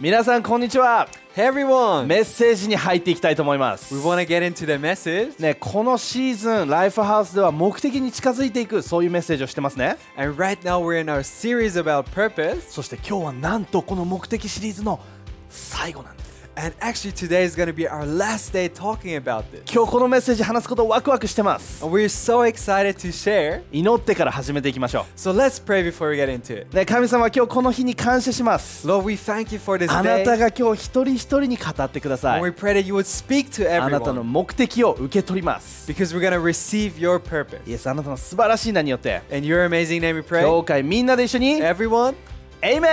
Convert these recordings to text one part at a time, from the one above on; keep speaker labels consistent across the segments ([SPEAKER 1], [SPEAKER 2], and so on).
[SPEAKER 1] 皆さんこんにちは
[SPEAKER 2] Hey everyone!
[SPEAKER 1] メッセージに入っていきたいと思います
[SPEAKER 2] We want to get into the message.
[SPEAKER 1] ね、このシーズンライフハウスでは目的に近づいていくそういうメッセージをしてますね
[SPEAKER 2] And right now we're in our series about purpose.
[SPEAKER 1] そして今日はなんとこの目的シリーズの最後なんです
[SPEAKER 2] And actually, today is going to be our last day talking about this.
[SPEAKER 1] 今日このメッセージ話すことワクワクしてます
[SPEAKER 2] And we're so excited to share.
[SPEAKER 1] 祈ってから始めていきましょ
[SPEAKER 2] So let's pray before we get into it.
[SPEAKER 1] う、ね、神様今日この日に感謝します
[SPEAKER 2] Lord, we thank you for this
[SPEAKER 1] あな
[SPEAKER 2] day.
[SPEAKER 1] たが今日一人一人に語ってくださ
[SPEAKER 2] And we
[SPEAKER 1] い
[SPEAKER 2] pray that you would speak to
[SPEAKER 1] あなたの
[SPEAKER 2] everyone
[SPEAKER 1] 目的を受け取ります
[SPEAKER 2] because we're going to receive your purpose.
[SPEAKER 1] イエスあなたの素晴らしい名によって
[SPEAKER 2] In your amazing name we pray.
[SPEAKER 1] 教会みんなで一緒に
[SPEAKER 2] Everyone,
[SPEAKER 1] エイメ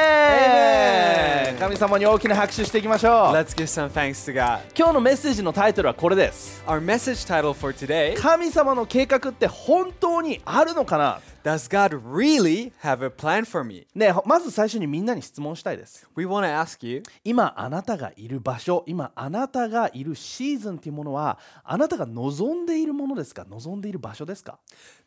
[SPEAKER 1] ン
[SPEAKER 2] Amen
[SPEAKER 1] 神様に大きな拍手していきましょう
[SPEAKER 2] let's give some thanks to God.
[SPEAKER 1] 今日のメッセージのタイトルはこれです
[SPEAKER 2] Our message title for today
[SPEAKER 1] 神様の計画って本当にあるのかな
[SPEAKER 2] Does God really have a plan for me?
[SPEAKER 1] ねまず最初にみんなに質問したいです
[SPEAKER 2] We want to ask you.
[SPEAKER 1] 今あなたがいる場所今あなたがいるシーズンっていうものはあなたが望んでいるものですか望んでいる場所ですか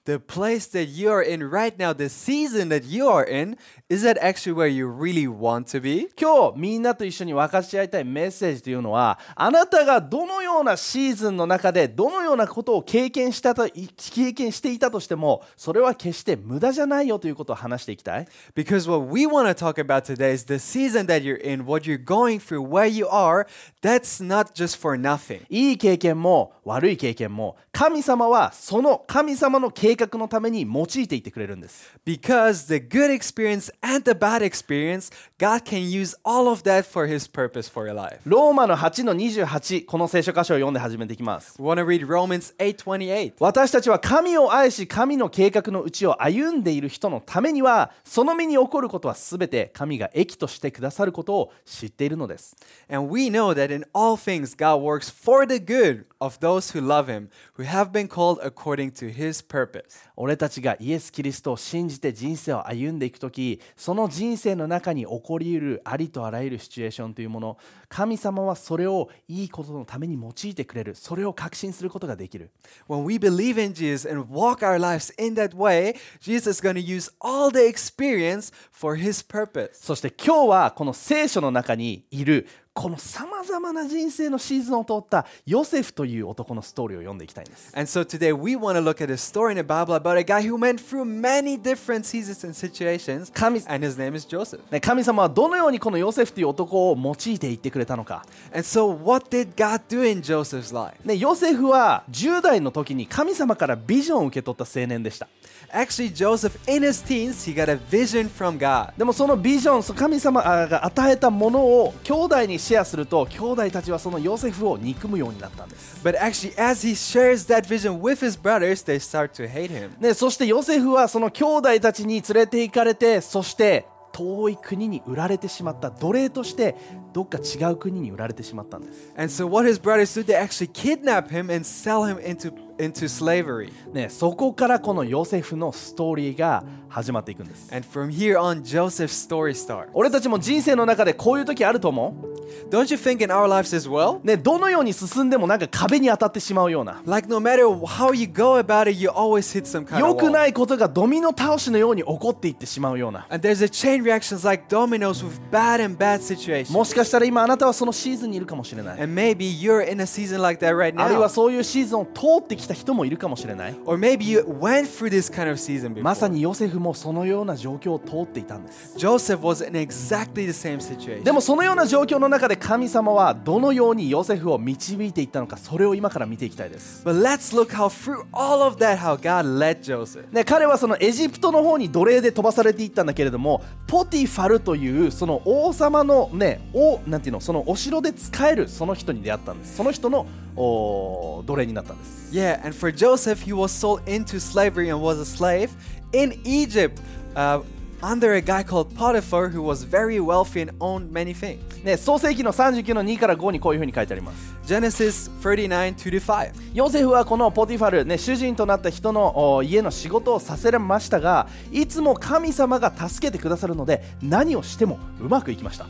[SPEAKER 2] The place that you are in right now, the season that you are in, is that actually where you really want to be?
[SPEAKER 1] 今日みんなと一緒に分かち合いたいメッセージというのはあなたがどのようなシーズンの中でどのようなことを経験したとい経験していたとしてもそれは決して無駄じゃないよということを話していきたい
[SPEAKER 2] Because what we want to talk about today is the season that you're in, what you're going through, where you are, that's not just for nothing.
[SPEAKER 1] いい経験も悪い経験も神様はその神様の計画のために用いていってくれるんです
[SPEAKER 2] Because the good experience and the bad experience, God can use all of that for His purpose for your life.
[SPEAKER 1] ローマの8の28この聖書箇所を読んで始めていきます
[SPEAKER 2] We want to read Romans 8:28.
[SPEAKER 1] 私たちは神を愛し神の計画のうちを歩んでいる人のためにはその身に起こることは全て神が益としてくださることを知っているのです
[SPEAKER 2] And we know that in all things God works for the good of those who love Him, who have been called according to His purpose.
[SPEAKER 1] 俺たちがイエス・キリストを信じて人生を歩んでいく時その人生の中に起こりうるありとあらゆるシチュエーションというもの神様はそれをいいことのために用いてくれるそれを確信することができる
[SPEAKER 2] When we believe in Jesus and walk our lives in that way, Jesus is going to use all the experience for His purpose.
[SPEAKER 1] そして今日はこの聖書の中にいるこのさまざまな人生のシーズンを通ったヨセフという男のストーリーを読んでいきたいんです
[SPEAKER 2] And so today we want to look at a story in the Bible about a guy who went through many different seasons and situations,
[SPEAKER 1] 神
[SPEAKER 2] and his name is Joseph.
[SPEAKER 1] ね神様はどのようにこのヨセフという男を用いていってくれたのか、
[SPEAKER 2] And so, what did God do in Joseph's life?
[SPEAKER 1] ね、ヨセフは10代の時に神様からビジョンを受け取った青年でした
[SPEAKER 2] Actually, Joseph, in his teens, he got a vision from God.
[SPEAKER 1] でもそのビジョンそ神様が与えたものを兄弟にシェアすると兄弟たちはそのヨセフを憎むようになったんです、
[SPEAKER 2] But actually, as he shares that vision with his brothers, they start to hate him.
[SPEAKER 1] ね、そしてヨセフはその兄弟たちに連れて行かれてそして遠い国に売られてしまった奴隷としてどっか違う国に売られてしまったんです
[SPEAKER 2] And so, what his brothers do, they actually kidnap him and sell him into, into slavery.
[SPEAKER 1] ね、そこからこのヨセフのストーリーが始まっていくんです
[SPEAKER 2] And from here on, Joseph's story starts.
[SPEAKER 1] 俺たちも人生の中でこういう時あると思
[SPEAKER 2] Don't you think in our lives as well?
[SPEAKER 1] うねどのように進んでもなんか壁に当たってしまうような
[SPEAKER 2] Like, no matter how you go about it, you always hit some kind
[SPEAKER 1] 良
[SPEAKER 2] of
[SPEAKER 1] くな
[SPEAKER 2] wall.
[SPEAKER 1] いことがドミノ倒しのように起こっていってしまうような
[SPEAKER 2] And there's a chain reactions like dominoes with bad and bad
[SPEAKER 1] も
[SPEAKER 2] situations.
[SPEAKER 1] しかしたら今あなたはそのシーズンにいるかもしれない
[SPEAKER 2] And maybe you're in a season like that right
[SPEAKER 1] あるいは
[SPEAKER 2] now.
[SPEAKER 1] そういうシーズンを通ってきた人もいるかもしれない
[SPEAKER 2] Or maybe you went through this kind of season
[SPEAKER 1] まさ
[SPEAKER 2] before.
[SPEAKER 1] にヨセフもそのような状況を通っていたんです
[SPEAKER 2] Joseph was in exactly the same situation.
[SPEAKER 1] でもそのような状況の中で神様はどのようにヨセフを導いていったのかそれを今から見ていきたいです
[SPEAKER 2] But let's look how through all of that how God led Joseph.
[SPEAKER 1] ね、彼はそのエジプトの方に奴隷で飛ばされていったんだけれどもポティファルというその王様のねおなんていうのそのお城で仕えるその人に出会ったんですその人のお奴隷になったんです
[SPEAKER 2] Yeah, and for Joseph, he was sold into slavery and was a slave in Egypt uh, under a guy called Potiphar who was very wealthy and owned many things.
[SPEAKER 1] ね、創世記の39の2から5にこういうふうに書いてあります。
[SPEAKER 2] Genesis 39 2 to 5.
[SPEAKER 1] ヨセフはこのポティファル、ね、主人となった人のお家の仕事をさせられましたが、いつも神様が助けてくださるので、何をしてもうまくいきました。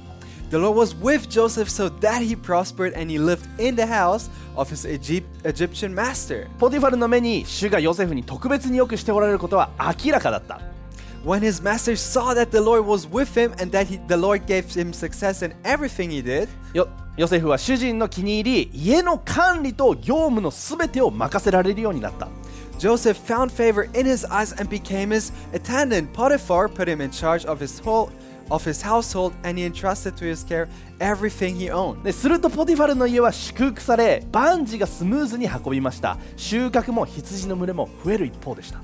[SPEAKER 2] The Lord was with Joseph so that he prospered and he lived in the house of his Egypt, Egyptian master.
[SPEAKER 1] ポティファルの目に主がヨセフに特別によくしておられることは明らかだった。
[SPEAKER 2] When his master saw that the Lord was with him and that he, the Lord gave him success in everything he did,
[SPEAKER 1] よヨセフは主人の気に入り家の管理と業務のすべてを任せられるようになった
[SPEAKER 2] Joseph found favor in his eyes and became his attendant. Potiphar put him in charge of his whole of his household and he entrusted to his care everything he owned.
[SPEAKER 1] でするとポティファルの家は祝福され万事がスムーズに運びました収穫も羊の群れも増える一方でした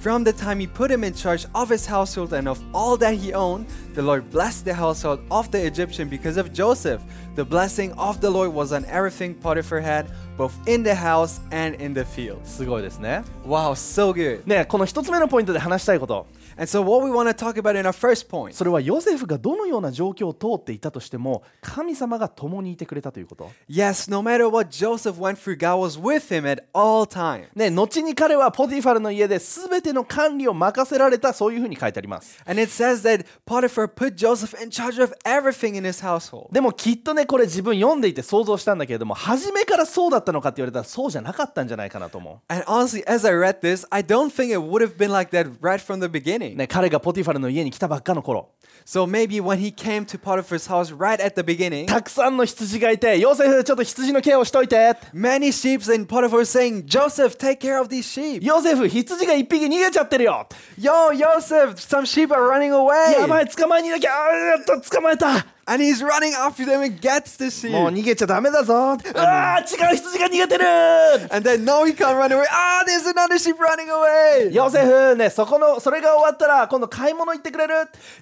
[SPEAKER 2] From the time he put him in charge of his household and of all that he owned, the Lord blessed the household of the Egyptian because of Joseph. The blessing of the Lord was on everything Potiphar had, both in the house and in the fields.
[SPEAKER 1] すごいですね
[SPEAKER 2] Wow, so good.
[SPEAKER 1] ねこの一つ目のポイントで話したいこと
[SPEAKER 2] And so, what we want to talk about in our first point
[SPEAKER 1] それはヨセフがどのような状況を通っていたとしても神様が共にいてくれたということ
[SPEAKER 2] yes, no matter what Joseph went through, God was with him at all times.
[SPEAKER 1] ね後に彼はポティファルの家で全ての管理を任せられたそういうふうに書いてあります
[SPEAKER 2] And it says that Potiphar put Joseph in charge of everything in his household.
[SPEAKER 1] でもきっとねこれ自分読んでいて想像したんだけれども初めからそうだったのかって言われたらそうじゃなかったんじゃないかなと思
[SPEAKER 2] And honestly, as I read this, I don't think it would have been like that right from the
[SPEAKER 1] う、
[SPEAKER 2] beginning.
[SPEAKER 1] ね、彼がポティファルの家に来たばっかの頃
[SPEAKER 2] So maybe when he came to Potiphar's house right at the beginning,
[SPEAKER 1] たくさんの羊がいてヨセフちょっと羊のケアをしといて
[SPEAKER 2] many sheep and Potiphar saying, Joseph, take care of these sheep.
[SPEAKER 1] ヨセフ羊が一匹逃げちゃってるよ
[SPEAKER 2] Yo, Joseph, some sheep are running away.
[SPEAKER 1] やばい捕まえにいなきゃあーやっと捕まえた
[SPEAKER 2] And he's running after them and gets the sheep.
[SPEAKER 1] もう逃げちゃダメだぞああ違う羊が逃げてる
[SPEAKER 2] And then, no, he can't run away. Ah, there's another sheep running away.
[SPEAKER 1] ヨセフねそこのそれが終わったら今度買い物行ってくれる、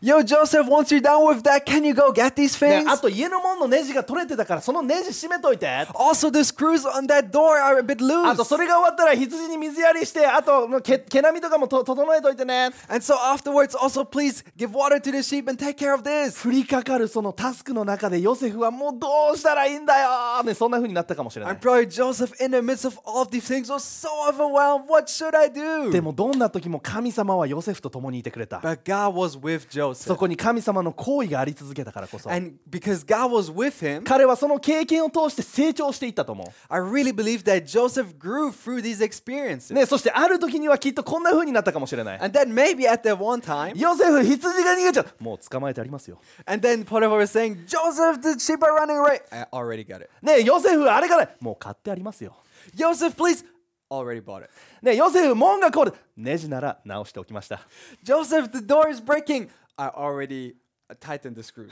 [SPEAKER 2] Yo, Joseph, once you're done with that, can you go get these
[SPEAKER 1] ね
[SPEAKER 2] things?
[SPEAKER 1] あと家の門のネジが取れてたからそのネジ閉めといて
[SPEAKER 2] Also, the screws on that door are a bit
[SPEAKER 1] あ
[SPEAKER 2] loose.
[SPEAKER 1] とそれが終わったら羊に水やりしてあともう毛毛並みとかもと整えといてね
[SPEAKER 2] And so afterwards, also please give water to the sheep and take care of this.
[SPEAKER 1] 降りかかるそのタスクの中でヨセフはもうどうしたらいいんだよ、ね、そんな風になったかもしれない
[SPEAKER 2] And probably Joseph, in the midst of all of these things, was so overwhelmed. What should I
[SPEAKER 1] で
[SPEAKER 2] do?
[SPEAKER 1] もどんな時も神様はヨセフと共にいてくれた
[SPEAKER 2] But God was with
[SPEAKER 1] そ
[SPEAKER 2] Joseph.
[SPEAKER 1] こに神様の行為があり続けたからこそ
[SPEAKER 2] And because God was with him,
[SPEAKER 1] 彼はその経験を通して成長していったと思
[SPEAKER 2] I really believe that Joseph grew through these
[SPEAKER 1] う、
[SPEAKER 2] experiences.
[SPEAKER 1] ね、そしてある時にはきっとこんな風になったかもしれない
[SPEAKER 2] And then maybe at that one time,
[SPEAKER 1] ヨセフ羊が逃げちゃうもう捕まえてありますよ、
[SPEAKER 2] and then Potiphar was saying, Joseph, the sheep are running away. I already got it.
[SPEAKER 1] ね、ヨセフあれがないもう買ってありますよ
[SPEAKER 2] Joseph, please. Already bought it.
[SPEAKER 1] ね、ヨセフ門が凍るネジなら直しておきました
[SPEAKER 2] Joseph, the door is breaking. I already uh, tightened the screws.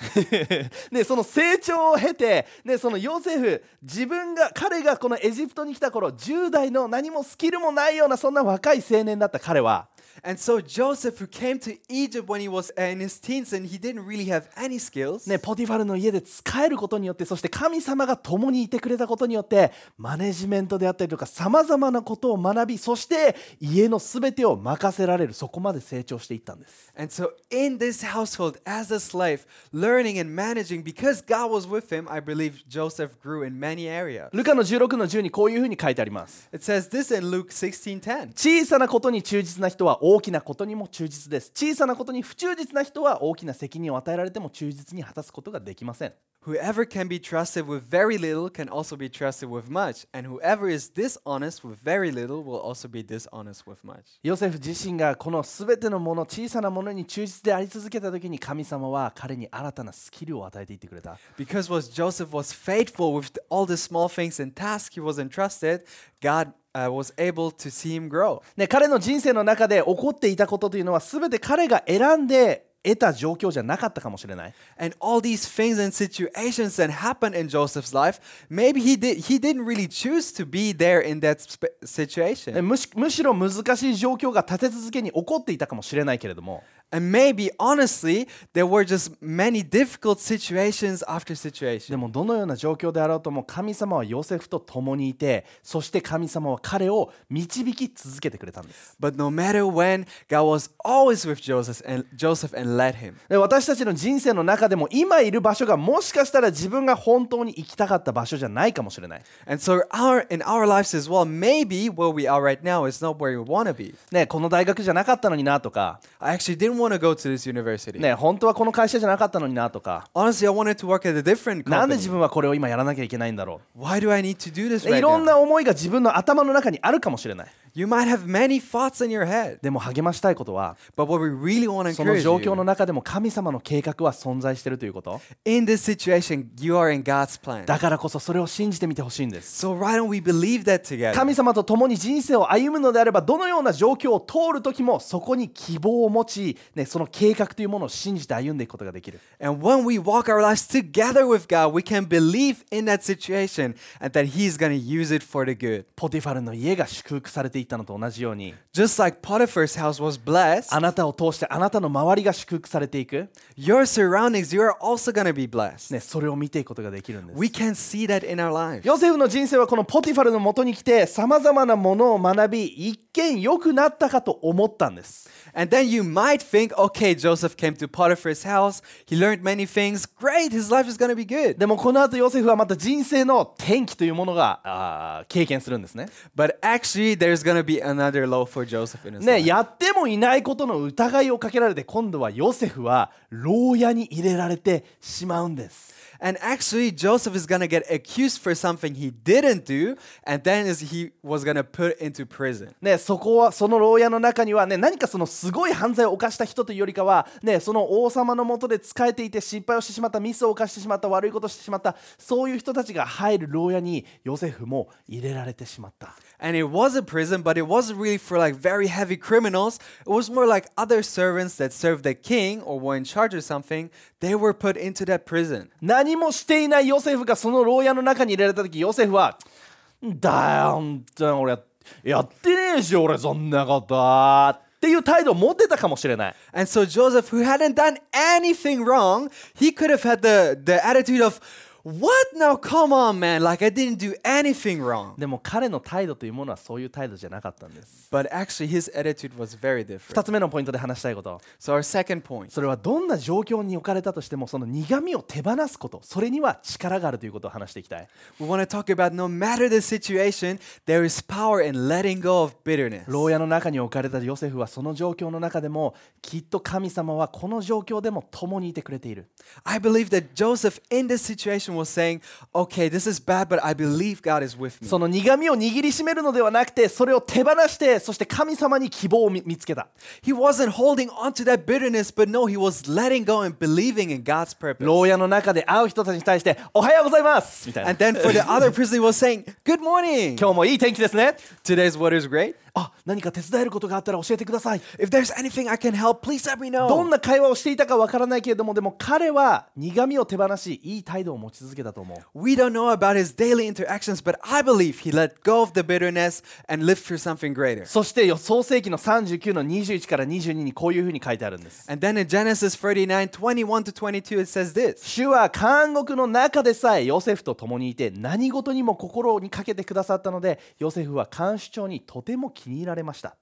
[SPEAKER 1] ね、 その成長を経て、ね、そのヨセフ自分が彼がこのエジプトに来た頃10代の何もスキルもないようなそんな若い青年だった彼は
[SPEAKER 2] And so Joseph, who came to Egypt when he was uh, in his teens and he didn't really have any skills,
[SPEAKER 1] ね、ポティファルの家で使えることによってそして神様が共にいてくれたことによってマネジメントであったりとかさまざまなことを学びそして家の全てを任せられるそこまで成長していったんです
[SPEAKER 2] and so in this household as a slave, learning and managing, because God was with him, I believe Joseph grew in many areas.
[SPEAKER 1] ルカの16の10にこういうふうに書いてあります
[SPEAKER 2] It says this in Luke 16:10.
[SPEAKER 1] 小さなことに忠実な人は大きなことにも忠実です小さなことに不忠実な人は大きな責任を与えられても忠実に果たすことができません
[SPEAKER 2] Whoever can be trusted with very little can also be trusted with much, and whoever is dishonest with very little will also be dishonest with much.
[SPEAKER 1] ヨセフ自身がこの全てのもの小さなものに忠実であり続けた時に神様は彼に新たなスキルを与えていってくれた
[SPEAKER 2] Because was Joseph was faithful with all the small things and tasks he was entrusted, God uh, was able to see him grow.
[SPEAKER 1] ね、彼の人生の中で起こっていたことというのは全て彼が選んで得た状況じゃなかったかもしれない
[SPEAKER 2] And all these things and situations that happened in Joseph's life, maybe he did he didn't really choose to be there in that sp-
[SPEAKER 1] ね
[SPEAKER 2] situation.
[SPEAKER 1] むしむしろ難しい状況が立て続けに起こっていたかもしれないけれども
[SPEAKER 2] And maybe, honestly, there were just many difficult situations after
[SPEAKER 1] で
[SPEAKER 2] situation.
[SPEAKER 1] もどのような状況であろうとも神様はヨセフと共にいてそして神様は彼を導き続けてくれたんです
[SPEAKER 2] But no matter when, God was always with Joseph and Joseph and led him.
[SPEAKER 1] で私たちの人生の中でも今いる場所がもしかしたら自分が本当に行きたかった場所じゃないかもしれない、
[SPEAKER 2] And so our in our lives as well, maybe where we are right now is not where we want to be.
[SPEAKER 1] ね、この大学じゃなかったのになとか、
[SPEAKER 2] I actually didn't want to go to this university.
[SPEAKER 1] ね、本当はこの会社じゃなかったのになとか
[SPEAKER 2] Honestly, I wanted to work at a different
[SPEAKER 1] なんで自
[SPEAKER 2] company.
[SPEAKER 1] 分はこれを今やらなきゃいけないんだろ
[SPEAKER 2] Why do I need to do this
[SPEAKER 1] うで
[SPEAKER 2] right
[SPEAKER 1] いろん
[SPEAKER 2] now?
[SPEAKER 1] な思いが自分の頭の中にあるかもしれない
[SPEAKER 2] You might have many thoughts in your head,
[SPEAKER 1] でも励ましたいことは
[SPEAKER 2] but what we really want to
[SPEAKER 1] その
[SPEAKER 2] encourage
[SPEAKER 1] 状況の
[SPEAKER 2] you,
[SPEAKER 1] 中でも神様の計画は存在しているということ
[SPEAKER 2] in this situation, you are in God's plan.
[SPEAKER 1] だからこそそれを信じてみてほしいんです
[SPEAKER 2] So why don't we believe that together?
[SPEAKER 1] 神様と共に人生を歩むのであればどのような状況を通る時もそこに希望を持ち、ね、その計画というものを信じて歩んでいくことができる
[SPEAKER 2] And when we walk our lives together with God, we can believe in that situation and that He's going to use it for the good.
[SPEAKER 1] ポティファルの家が祝福されていったのと同じように
[SPEAKER 2] Just like Potiphar's house was blessed,
[SPEAKER 1] あなたを通してあなたの周りが祝福されていく、
[SPEAKER 2] your surroundings, you are also going to be blessed.
[SPEAKER 1] ね、それを見ていくことができるんです
[SPEAKER 2] We can see that in our lives.
[SPEAKER 1] ヨセフの人生はこのポティファルのもとに来てさまざまなものを学び一見良くなったかと思ったんです
[SPEAKER 2] And then you might think, okay, Joseph came to Potiphar's house. He learned many things. Great, his life is going to be good.
[SPEAKER 1] でもこの後ヨセフはまた人生の転機というものがあー経験するんですね。
[SPEAKER 2] But actually, there's going to be another low for Joseph in his
[SPEAKER 1] ね
[SPEAKER 2] life.
[SPEAKER 1] やってもいないことの疑いをかけられて今度はヨセフは牢屋に入れられてしまうんです。
[SPEAKER 2] And actually, Joseph is going to get accused for something he didn't do, and then is he was going to put into prison.
[SPEAKER 1] ね、そこはその牢屋の中には、ね、何かそのすごい犯罪を犯した人というよりかは、ね、その王様のもとで仕えていて失敗をしてしまったミスを犯してしまった悪いことをしてしまったそういう人たちが入る牢屋にヨセフも入れられてしまった。
[SPEAKER 2] And it was a prison, but it wasn't really for like very heavy criminals. It was more like other servants that served the king or were in charge of something. They were put into that prison.
[SPEAKER 1] 何もしていないヨセフがその牢屋の中に入れられた時ヨセフは「だよ本当に俺やってねえし俺そんなこと」っていう態度を持ってたかもしれない。
[SPEAKER 2] And so Joseph, who hadn't done anything wrong, he could have had the, the attitude of, What? Now, come on, man. Like, I didn't do anything wrong.
[SPEAKER 1] でも彼の態度というものはそういう態度じゃなかったんです。
[SPEAKER 2] But actually, his attitude was very
[SPEAKER 1] 2
[SPEAKER 2] different.
[SPEAKER 1] つ目のポイントで話したいこと
[SPEAKER 2] So, our second point
[SPEAKER 1] それはどんな状況に置かれたとしてもその苦みを手放すことそれには力があるということを話していきたい
[SPEAKER 2] we want to talk about no matter the situation, there is power in letting go of bitterness.
[SPEAKER 1] 牢屋の中に置かれたヨセフはその状況の中でもきっと神様はこの状況でも共にいてくれている
[SPEAKER 2] I believe that Joseph in this situation was saying, Okay, this is bad, but I believe God is with me.
[SPEAKER 1] その苦みを握りしめるのではなくてそれを手放してそして神様に希望を見見つけた
[SPEAKER 2] He wasn't holding on to that bitterness, but no, he was letting go and believing in God's purpose.
[SPEAKER 1] 牢屋の中で会う人たちに対して「おはようございます」みたいな
[SPEAKER 2] And then for the other prisoner, he was saying, Good morning.
[SPEAKER 1] 今日もいい天気ですね
[SPEAKER 2] Today's weather is great.
[SPEAKER 1] あ何か手伝えることがあったら教えてください
[SPEAKER 2] If there's anything I can help, please let me
[SPEAKER 1] ど
[SPEAKER 2] know.
[SPEAKER 1] んな会話をしていたかわからないけれどもでも彼は苦みを手放しいい態度を持ち続けたと思う
[SPEAKER 2] We don't know about his daily interactions, but I believe he let go of the bitterness and lived for something greater.
[SPEAKER 1] そしてよ創世紀の39の21から22にこういうふうに書いてあるんです
[SPEAKER 2] And then in Genesis 39 21 to 22, it says this
[SPEAKER 1] 主は監獄の中でさえヨセフと共にいて何事にも心にかけてくださったのでヨセフは監視長にとても気に入られました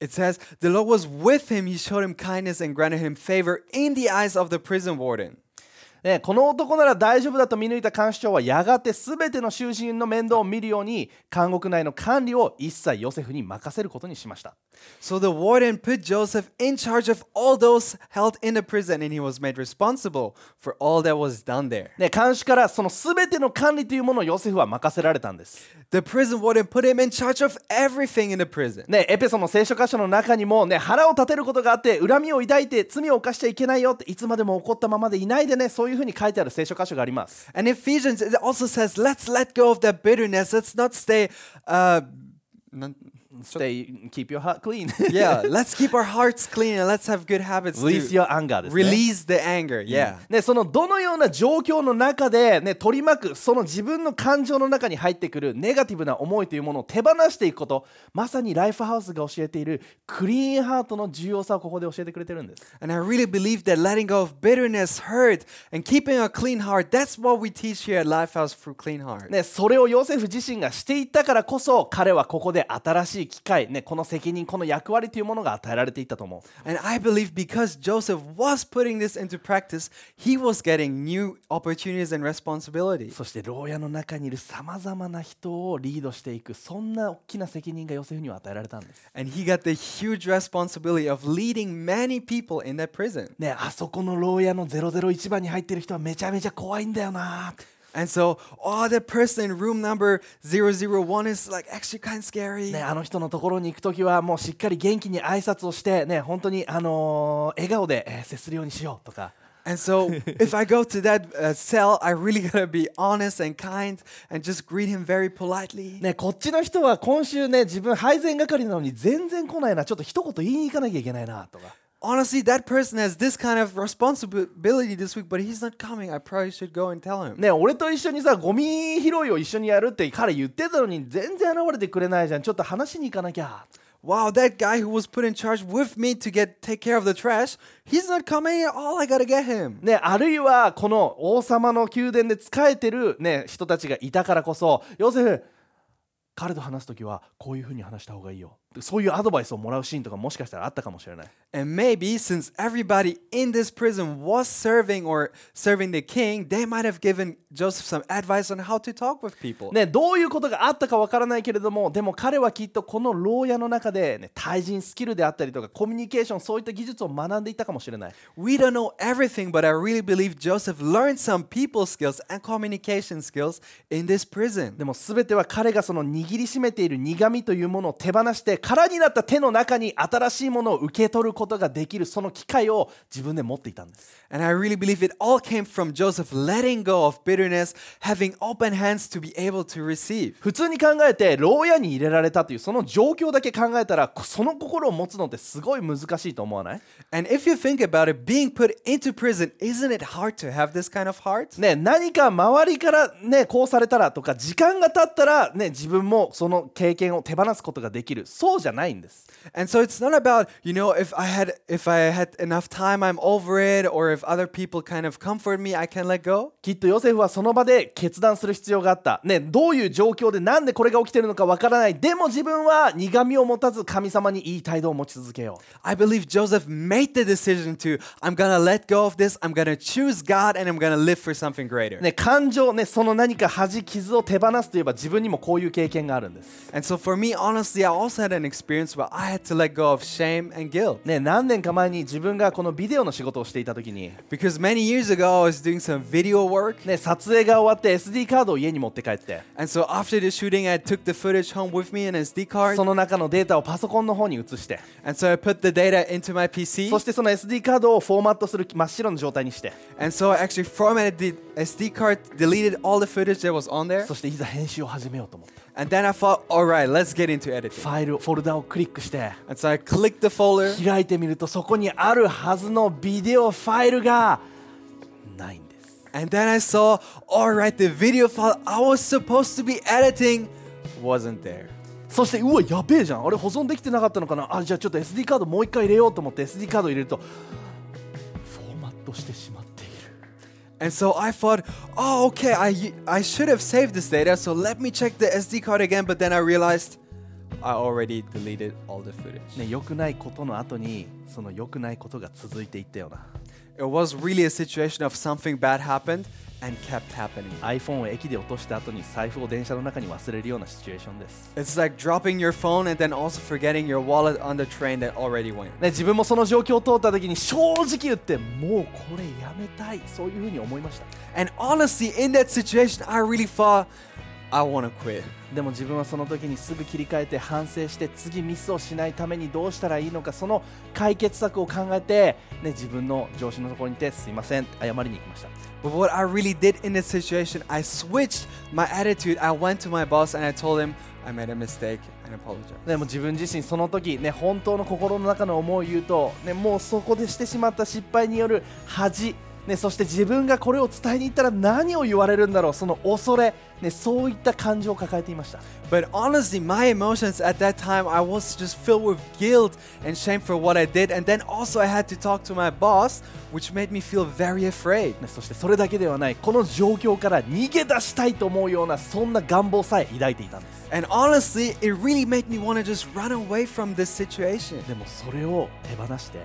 [SPEAKER 2] It says, The Lord was with him, he showed him kindness and granted him favor in the eyes of the prison warden.
[SPEAKER 1] ね、この男なら大丈夫だと見抜いた監視長はやがて全ての囚人の面倒を見るように監獄内の管理を一切ヨセフに任せることにしました
[SPEAKER 2] So the warden put Joseph in charge of all those held in the prison, and he was made responsible for all that was done there.
[SPEAKER 1] ね、監視からその全ての管理というものをヨセフは任せられたんです、
[SPEAKER 2] The prison warden put him in charge of everything in the prison.
[SPEAKER 1] ね、エペソの聖書箇所の中にも、ね、腹を立てることがあって恨みを抱いて罪を犯しちゃいけないよっていつまでも怒ったままでいないでねそういうふうに書いてある聖書箇所があります
[SPEAKER 2] And Ephesians it also says, let's let go of that bitterness. Let's not stay. Uh, not,
[SPEAKER 1] Stay, keep your heart clean.
[SPEAKER 2] yeah, let's keep our hearts clean and let's have good habits. to
[SPEAKER 1] Release your anger Mm. ですね。
[SPEAKER 2] Release the anger. Yeah.
[SPEAKER 1] ね、そのどのような状況の中で、ね、取り巻くその自分の感情の中に入ってくるネガティブな思いというものを手放していくことまさにライフハウスが教えているクリーンハートの重要さをここで教えてくれてるんです
[SPEAKER 2] And I really believe that letting go of bitterness, hurt, and keeping a clean heart, that's what we teach here at Lifehouse through Clean Heart.
[SPEAKER 1] ね、それをヨセフ自身がしていたからこそ彼はここで新しい機会、ね、この責任この役割というものが与えられていったと思う
[SPEAKER 2] And I believe because Joseph was putting this into practice, he was getting new opportunities and responsibilities.
[SPEAKER 1] そして牢屋の中にいるさまざまな人をリードしていくそんな大きな責任がヨセフには与えられたんです
[SPEAKER 2] And he got the huge responsibility of leading many people in that prison.
[SPEAKER 1] ねあそこの牢屋の001番に入ってる人はめちゃめちゃ怖いんだよな
[SPEAKER 2] And so, oh, that person in room number 001 is like actually kind of scary.
[SPEAKER 1] ね、あの人のところに行く時はもうしっかり元気に挨拶をして、ね、本当に、あのー笑顔で、えー接するようにしようとか、
[SPEAKER 2] And so, if I go to that uh, cell, I really gotta be honest and kind and just greet him very politely.
[SPEAKER 1] ね、こっちの人は今週ね自分配膳係なのに全然来ないなちょっと一言言いに行かなきゃいけないなとか。
[SPEAKER 2] Honestly, that person has this kind of responsibility this week, but he's not coming. I probably should go and tell him.
[SPEAKER 1] ね、俺と一緒にさゴミ拾いを一緒にやるって彼言ってたのに全然現れてくれないじゃんちょっと話しに行かなきゃ
[SPEAKER 2] Wow, that guy who was put in charge with me to get take care of the trash, he's not coming at all. I gotta get him.
[SPEAKER 1] ね、あるいはこの王様の宮殿で仕えてる、ね、人たちがいたからこそヨセフ彼と話す時はこういうふうに話した方がいいよそういうアドバイスをもらうシーンとかもしかしたらあったかもしれない、
[SPEAKER 2] And maybe since everybody in this prison was serving or serving the king, they might have given Joseph some advice on how to talk with people.
[SPEAKER 1] ね、どういうことがあったかわからないけれどもでも彼はきっとこの牢屋の中で、ね、対人スキルであったりとかコミュニケーションそういった技術を学んでいたかもしれない
[SPEAKER 2] We don't know everything, but I really believe Joseph learned some people skills and communication skills in this prison.
[SPEAKER 1] でも全ては彼がその握りしめている苦味というものを手放して空になった手の中に新しいものを受け取ることができるその機会を自分で持っていたんです
[SPEAKER 2] And I really believe it all came from Joseph letting go of bitterness, having open hands to be able to receive.
[SPEAKER 1] 普通に考えて牢屋に入れられたというその状況だけ考えたらその心を持つのってすごい難しいと思わない
[SPEAKER 2] And if you think about it, being put into prison, isn't it hard to have this kind of heart?
[SPEAKER 1] ね何か周りからねこうされたらとか時間が経ったらね自分もその経験を手放すことができるそうじゃないんです
[SPEAKER 2] And so it's not about, you know, if I had if I had enough time, I'm over it, or if other people kind of comfort me, I can let go.
[SPEAKER 1] きっとヨセフはその場で決断する必要があった、ね、どういう状況でなんでこれが起きてるのかわからないでも自分は苦みを持たず神様にいい態度を持ち続けよう
[SPEAKER 2] I believe Joseph made the decision to I'm gonna let go of this, I'm gonna choose God, and I'm gonna live for something greater.
[SPEAKER 1] ね、感情、ね、その何か恥、傷を手放すといえば自分にもこういう経験があるんです。
[SPEAKER 2] And so for me, honestly, I also had an experience where I had to let go of shame and guilt.
[SPEAKER 1] ね、何年か前に自分がこのビデオの仕事をしていた時に、
[SPEAKER 2] Because many years ago, I was doing some video work.
[SPEAKER 1] ね、撮影が終わって SD カードを家に持って帰って、
[SPEAKER 2] And so after the shooting, I took the footage home with me in an SD card.
[SPEAKER 1] その中のデータをパソコンの方に移して、
[SPEAKER 2] And so I put the data into my PC.
[SPEAKER 1] そしてその SD カードをフォーマットする真っ白の状態にして、
[SPEAKER 2] And so I actually formatted the SD card, deleted all the footage that was on there.
[SPEAKER 1] そしていざ編集を始めようと思って、
[SPEAKER 2] And then I thought, all right, let's get into editing.
[SPEAKER 1] ファイル、フォルダをクリックして、
[SPEAKER 2] And so I clicked the folder.
[SPEAKER 1] 開いてみるとそこにあるはずのビデオファイルがないんです。
[SPEAKER 2] And then I saw, all right, the video file I was supposed to be editing wasn't there.
[SPEAKER 1] そしてうわやべえじゃんあれ保存できてなかったのかなあじゃあちょっと SD カードもう一回入れようと思って SD カード入れるとフォーマットしてしまっている
[SPEAKER 2] And so I thought, oh, okay, I, I should have saved this data, so let me check the SD card again. But then I realized I already deleted all the footage.
[SPEAKER 1] ね良くないことの後にその良くないことが続いていったような
[SPEAKER 2] It was really a situation of something bad happened and kept happening.
[SPEAKER 1] iPhone を駅で落とした後に財布を電車の中に忘れるようなシチュエーションです、
[SPEAKER 2] It's like dropping your phone and then also forgetting your wallet on the train that already went.
[SPEAKER 1] ね、自分もその状況を通った時に正直言ってもうこれやめたいそういうふうに思いました
[SPEAKER 2] And honestly, in that situation, I really thought, I want to quit.
[SPEAKER 1] でも自分はその時にすぐ切り替えて反省して次ミスをしないためにどうしたらいいのかその解決策を考えて、ね、自分の上司のところにいてすいません謝りに行きました
[SPEAKER 2] But what I really did in this situation, I switched my attitude. I went to my boss and I told him, I made a mistake and apologize.
[SPEAKER 1] でも自分自身その時ね本当の心の中の思いを言うと、ね、もうそこでしてしまった失敗による恥、ね、そして自分がこれを伝えに行ったら何を言われるんだろうその恐れ、ね、そういった感情を抱えていました
[SPEAKER 2] But honestly, my emotions at that time, I was just filled with guilt and shame for what I did. And then also, I had to talk to my boss, which made me feel very afraid.
[SPEAKER 1] ねそしてそれだけではないこの状況から逃げ出したいと思うようなそんな願望さえ抱いていたんです
[SPEAKER 2] And honestly, it really made me want to just run away from this situation.
[SPEAKER 1] でもそれを手放して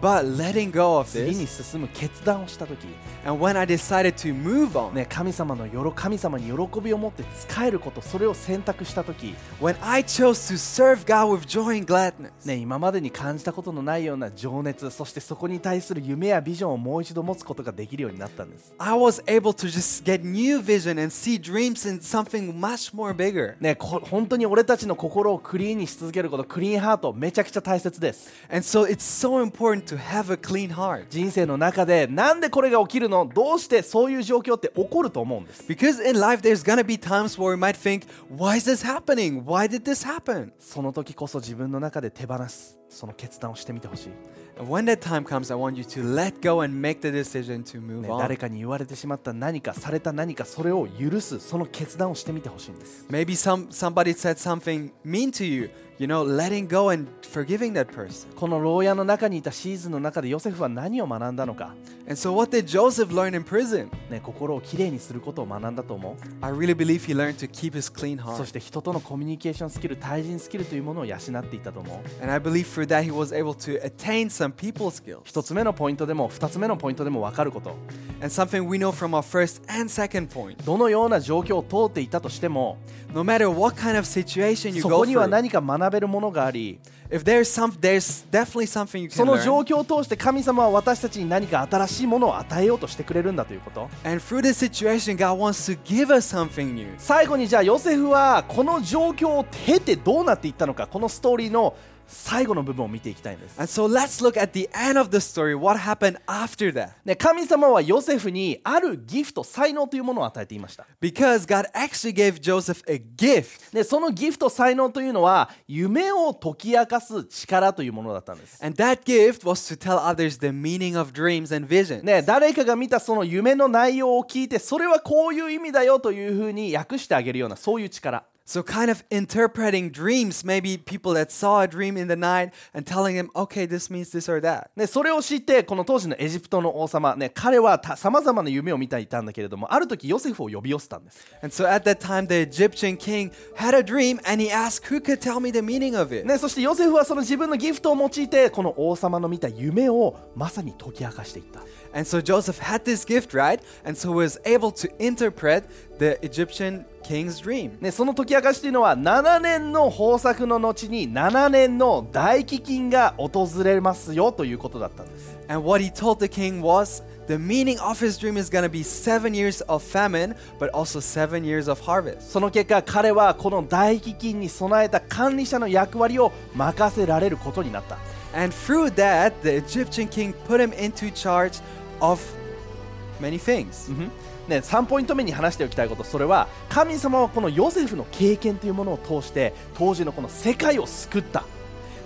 [SPEAKER 2] But letting go of
[SPEAKER 1] 次に
[SPEAKER 2] this,
[SPEAKER 1] 進む決断をした時、
[SPEAKER 2] and when I decided to move on,
[SPEAKER 1] ね、神様のよろ神様に喜びを持って仕えることそれを選択した時
[SPEAKER 2] when I chose to serve God with joy and gladness,
[SPEAKER 1] ね、今までに感じたことのないような情熱そしてそこに対する夢やビジョンをもう一度持つことができるようになったんです、
[SPEAKER 2] I was able to just get new vision and see dreams in something much more bigger.
[SPEAKER 1] ね、こ本当に俺たちの心をクリーンにし続けることクリーンハートめちゃくちゃ大切です
[SPEAKER 2] And so it's so important to have a clean heart.
[SPEAKER 1] 人生の中でなんでこれが起きるのどうしてそういう状況って起こると思うんです
[SPEAKER 2] Because in life, there's gonna be times where we might think, why is this happening? Why did this happen?
[SPEAKER 1] その時こそ自分の中で手放すその決断をしてみてほしい、ね
[SPEAKER 2] And when that time comes, I want you to let go and make the decision to move
[SPEAKER 1] 誰
[SPEAKER 2] on.
[SPEAKER 1] かに言われてしまった何かされた何かそれを許すその決断をしてみてほしいんです
[SPEAKER 2] Maybe some somebody said something mean to you, you know, letting go and forgiving that person.
[SPEAKER 1] この牢屋の中にいたシーズンの中でヨセフは何を学んだのか
[SPEAKER 2] And so what did Joseph learn in prison?
[SPEAKER 1] ね、心をきれいにすることを学んだと思う
[SPEAKER 2] I really believe he learned to keep his clean
[SPEAKER 1] そ
[SPEAKER 2] heart.
[SPEAKER 1] して人とのコミュニケーションスキル対人スキルというものを養っていったと思う
[SPEAKER 2] And I believe through that he was able to attain some people skills.
[SPEAKER 1] 1つ目のポイントでも2つ目のポイントでも分かること
[SPEAKER 2] And something we know from our first and second point.
[SPEAKER 1] どのような状況を通っていたとしても
[SPEAKER 2] No matter what kind of situation you
[SPEAKER 1] そ
[SPEAKER 2] go
[SPEAKER 1] こには
[SPEAKER 2] through,
[SPEAKER 1] 何か学べるものがあり
[SPEAKER 2] if there's some there's definitely something you
[SPEAKER 1] そ
[SPEAKER 2] can
[SPEAKER 1] の状
[SPEAKER 2] learn.
[SPEAKER 1] 況を通して神様は私たちに何か新しいものを与えようとしてくれるんだということ
[SPEAKER 2] And through this situation, God wants to give us something new.
[SPEAKER 1] 最後にじゃあヨセフはこの状況を経てどうなっていったのかこのストーリーの最後の部分を見ていきたいんです
[SPEAKER 2] And so let's look at the end of the story. What happened after that?
[SPEAKER 1] ね、神様はヨセフにあるギフト才能というものを与えていました、
[SPEAKER 2] Because God actually gave Joseph a gift.
[SPEAKER 1] ね、そのギフト才能というのは夢を解き明かす力というものだったんです、
[SPEAKER 2] And that gift was to tell others the meaning of dreams and visions.
[SPEAKER 1] ね、誰かが見たその夢の内容を聞いてそれはこういう意味だよというふうに訳してあげるようなそういう力
[SPEAKER 2] So kind of interpreting dreams, maybe people that saw a dream in the night and telling them, okay, this means this or that.
[SPEAKER 1] ね、それを知ってこの当時のエジプトの王様、ね、彼はさまざまな夢を見ていたんだけれどもある時ヨセフを呼び寄せたんです
[SPEAKER 2] And so at that time, the Egyptian king had a dream and he asked, who could tell me the meaning of it?
[SPEAKER 1] ね、そしてヨセフはその自分のギフトを用いてこの王様の見た夢をまさに解き明かしていった、
[SPEAKER 2] And so Joseph had this gift, right? And so was able to interpret the Egyptian king's dream.
[SPEAKER 1] ね、その解き明かしというのは7年の豊作の後に7年の大飢饉が訪れますよということだったんです、
[SPEAKER 2] And what he told the king was, the meaning of his dream is gonna be seven years of famine, but also seven years of harvest.
[SPEAKER 1] その結果彼はこの大飢饉に備えた管理者の役割を任せられることになった、
[SPEAKER 2] And through that, the Egyptian king put him into charge of many things.
[SPEAKER 1] ね、3ポイント目に話しておきたいことそれは神様はこのヨセフの経験というものを通して当時のこの世界を救った